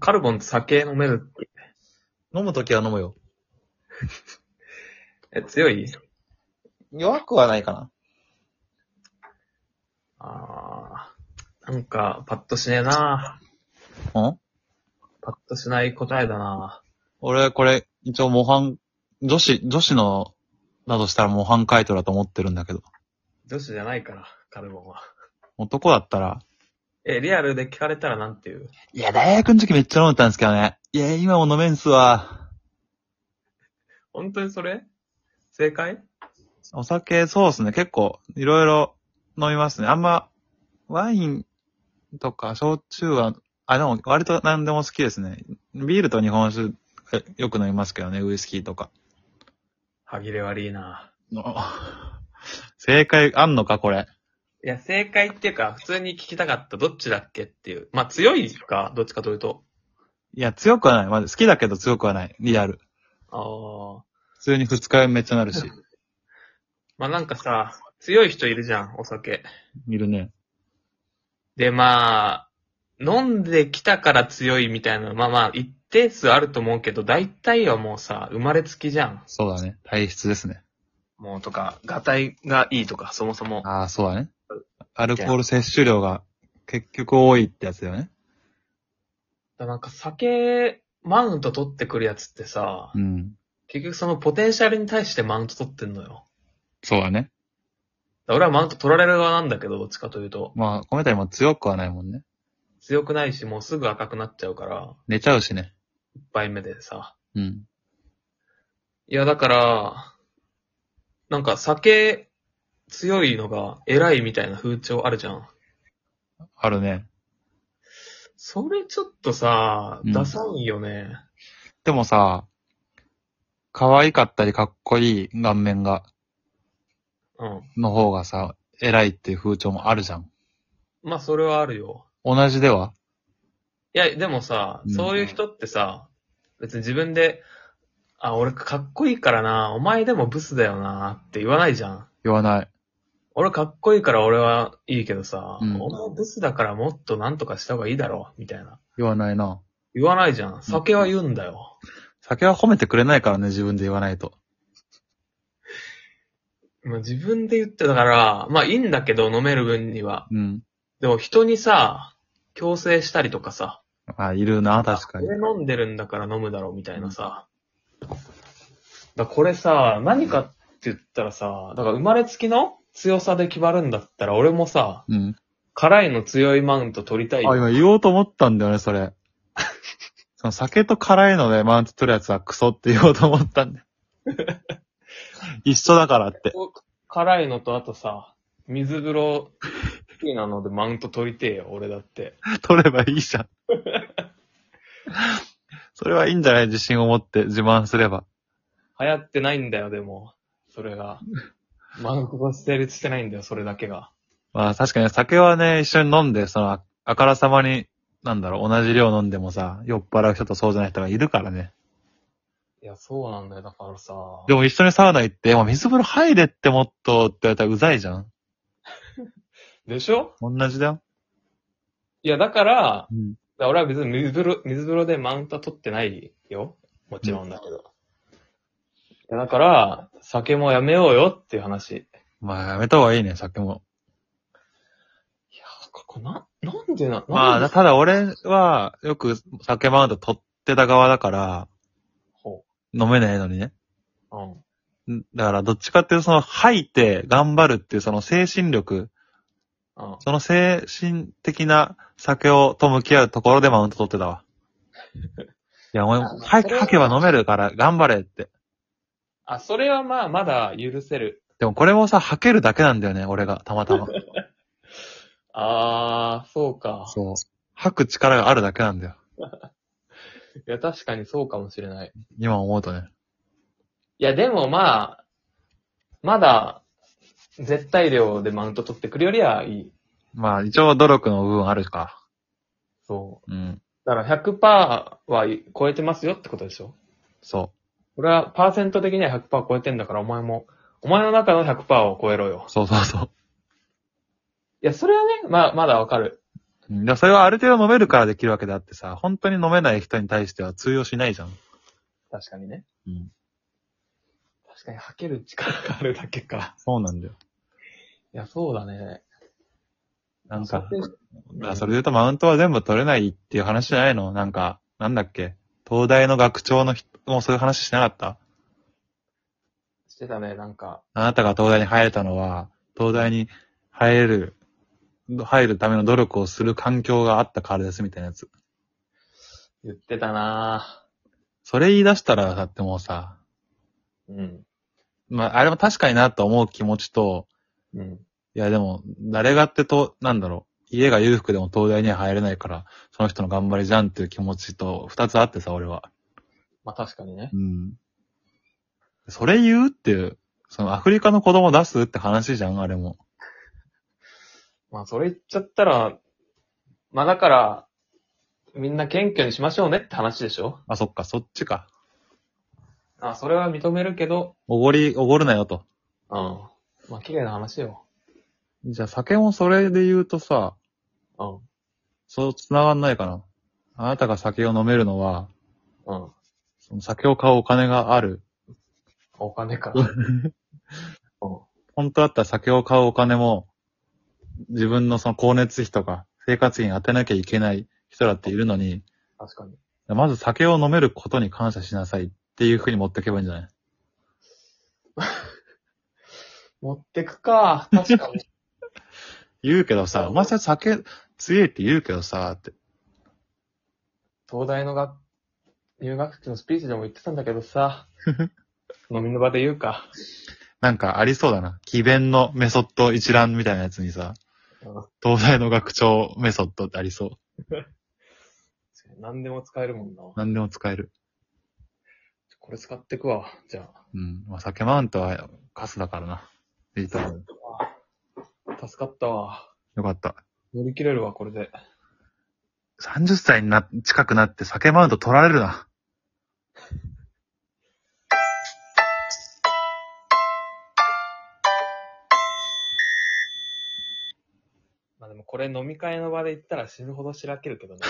カルボンって酒飲めるっ飲むときは飲むよ。て、え、強い弱くはないかな。あー、なんか、パッとしねえなうんパッとしない答えだな俺、これ、一応模範、女子、女子の、だとしたら模範回答だと思ってるんだけど。女子じゃないから、カルボンは。男だったら、え、リアルで聞かれたらなんていういや、大学の時めっちゃ飲んでたんですけどね。いや、今も飲めんすわ。本当にそれ正解お酒、そうっすね。結構、いろいろ飲みますね。あんま、ワインとか、焼酎は、あ、でも、割と何でも好きですね。ビールと日本酒、えよく飲みますけどね。ウイスキーと か。歯切れ悪いなあ正解あんのか、これ。いや、正解っていうか、普通に聞きたかった、どっちだっけっていう。まあ、強いか、どっちかというと。いや、強くはない。まず好きだけど強くはない。リアル。あー。普通に二日酔いめっちゃなるし。まあ、なんかさ、強い人いるじゃん、お酒。いるね。で、まあ、飲んできたから強いみたいな、まあまあ、一定数あると思うけど、大体はもうさ、生まれつきじゃん。そうだね。体質ですね。もうとか、がたいがいいとか、そもそも。ああ、そうだね。アルコール摂取量が結局多いってやつだよね。だなんか酒、マウント取ってくるやつってさ、うん。結局そのポテンシャルに対してマウント取ってんのよ。そうだね。だ俺はマウント取られる側なんだけど、どっちかというと。まあ、米谷も強くはないもんね。強くないし、もうすぐ赤くなっちゃうから、寝ちゃうしね。一杯目でさ。うん。いや、だから、なんか酒、強いのが偉いみたいな風潮あるじゃん。あるね。それちょっとさ、うんダサいよね。でもさ、可愛かったりかっこいい顔面が、うん。の方がさ、偉いっていう風潮もあるじゃん。まあ、それはあるよ。同じではいや、でもさう、んそういう人ってさ、別に自分で、あ、俺かっこいいからな、お前でもブスだよな、って言わないじゃん。言わない。俺かっこいいから俺はいいけどさ、うんお前ブスだからもっとなんとかした方がいいだろ、みたいな。言わないな。言わないじゃん。酒は言うんだよ。酒は褒めてくれないからね、自分で言わないと。まあ、自分で言ってたから、まあいいんだけど飲める分には。うん。でも人にさ、強制したりとかさ、あ、いるな、確かにこ。れ飲んでるんだから飲むだろうみたいなさ。だからこれさ、何かって言ったらさ、だから生まれつきの強さで決まるんだったら、俺もさ、うん。辛いの強いマウント取りたい。あ、今言おうと思ったんだよね、それ。その酒と辛いのでマウント取るやつはクソって言おうと思ったん だよ。一緒だからって。辛いのとあとさ、水風呂好きなのでマウント取りてえよ、俺だって。取ればいいじゃん。それはいいんじゃない自信を持って自慢すれば。流行ってないんだよ、でも。それが。マウントが成立してないんだよ、それだけが。まあ確かに酒はね、一緒に飲んで、その、ああからさまに、なんだろう、同じ量飲んでもさ、酔っ払う人とそうじゃない人がいるからね。いや、そうなんだよ、だからさ。でも一緒にサウナ行って、もう水風呂入れってもっとって言われたらうざいじゃん。でしょ同じだよ。いや、だから、うん。だから俺は別に水風呂、水風呂でマウントは取ってないよ。もちろんだけど。いやだから、酒もやめようよっていう話。まあやめた方がいいね、酒も。ここな、なんでな、まなんあ、でただ俺は、よく酒マウント取ってた側だから、ほ飲めないのにね。う。うん。んだから、どっちかっていうと、その、吐いて頑張るっていう、その精神力、うん。その精神的な酒をと向き合うところでマウント取って たわ。いや、お前、あ吐それは吐けば飲めるから頑張れって。あ、それはまあ、まだ許せる。でもこれもさ、吐けるだけなんだよね、俺が、た またま。あー、そうか。そう。吐く力があるだけなんだよ。いや、確かにそうかもしれない。今思うとね。いや、でもまあ、まだ、絶対量でマウント取ってくるよりはいい。まあ、一応努力の部分あるか。そう。うん。だから100%はい超えてますよってことでしょそう。俺は、パーセント的には100%超えてんだから、お前も、お前の中の100%を超えろよ。そうそうそう。いや、それはね、まあ、まだわかる。うんでもそれはある程度飲めるからできるわけであってさ、本当に飲めない人に対しては通用しないじゃん。確かにね。うん。確かに吐ける力があるだけか。そうなんだよ。いや、そうだね。なん勝か手、にあそれで言うとマウントは全部取れないっていう話じゃないのなんか、なんだっけ東大の学長の人もそういう話しなかったしてたね、なんか。あなたが東大に入れたのは、東大に入れる、入るための努力をする環境があったからですみたいなやつ。言ってたなそれ言い出したらだってもうさ、ぁ。うん。まあ、あれも確かになと思う気持ちと、うん。いやでも、誰がってと、なんだろう、家が裕福でも東大には入れないから、その人の頑張りじゃんっていう気持ちと、二つあってさ、俺は。まあ確かにね。うん。それ言うっていう、そのアフリカの子供出すって話じゃん、あれも。まあそれ言っちゃったら、まあだから、みんな謙虚にしましょうねって話でしょあ、そっか、そっちか。あ、それは認めるけど、おごり、おごるなよと。うん。まあ綺麗な話よ。じゃあ酒もそれで言うとさ、うん。そう繋がんないかな。あなたが酒を飲めるのは、うん。その酒を買うお金がある。お金か。 うん。本当だったら酒を買うお金も、自分のその光熱費とか、生活費に当てなきゃいけない人だっているのに、確かに。まず酒を飲めることに感謝しなさいっていう風に持ってけばいいんじゃない持ってくか。確かに。言うけどさ、お前さ酒強いって言うけどさ、って。東大のが 入学式のスピーチでも言ってたんだけどさ。飲みの場で言うか。なんかありそうだな。奇弁のメソッド一覧みたいなやつにさ、うん東大の学長メソッドってありそう。何でも使えるもんな。何でも使える。これ使ってくわ。じゃうん。まあ、酒マウントはカスだからな。いいと思う。あ。助かったわ。よかった。乗り切れるわ、これで。 30歳にな、近くなって酒マウント取られるな。まあでもこれ飲み会の場で言ったら死ぬほどしらけるけどね。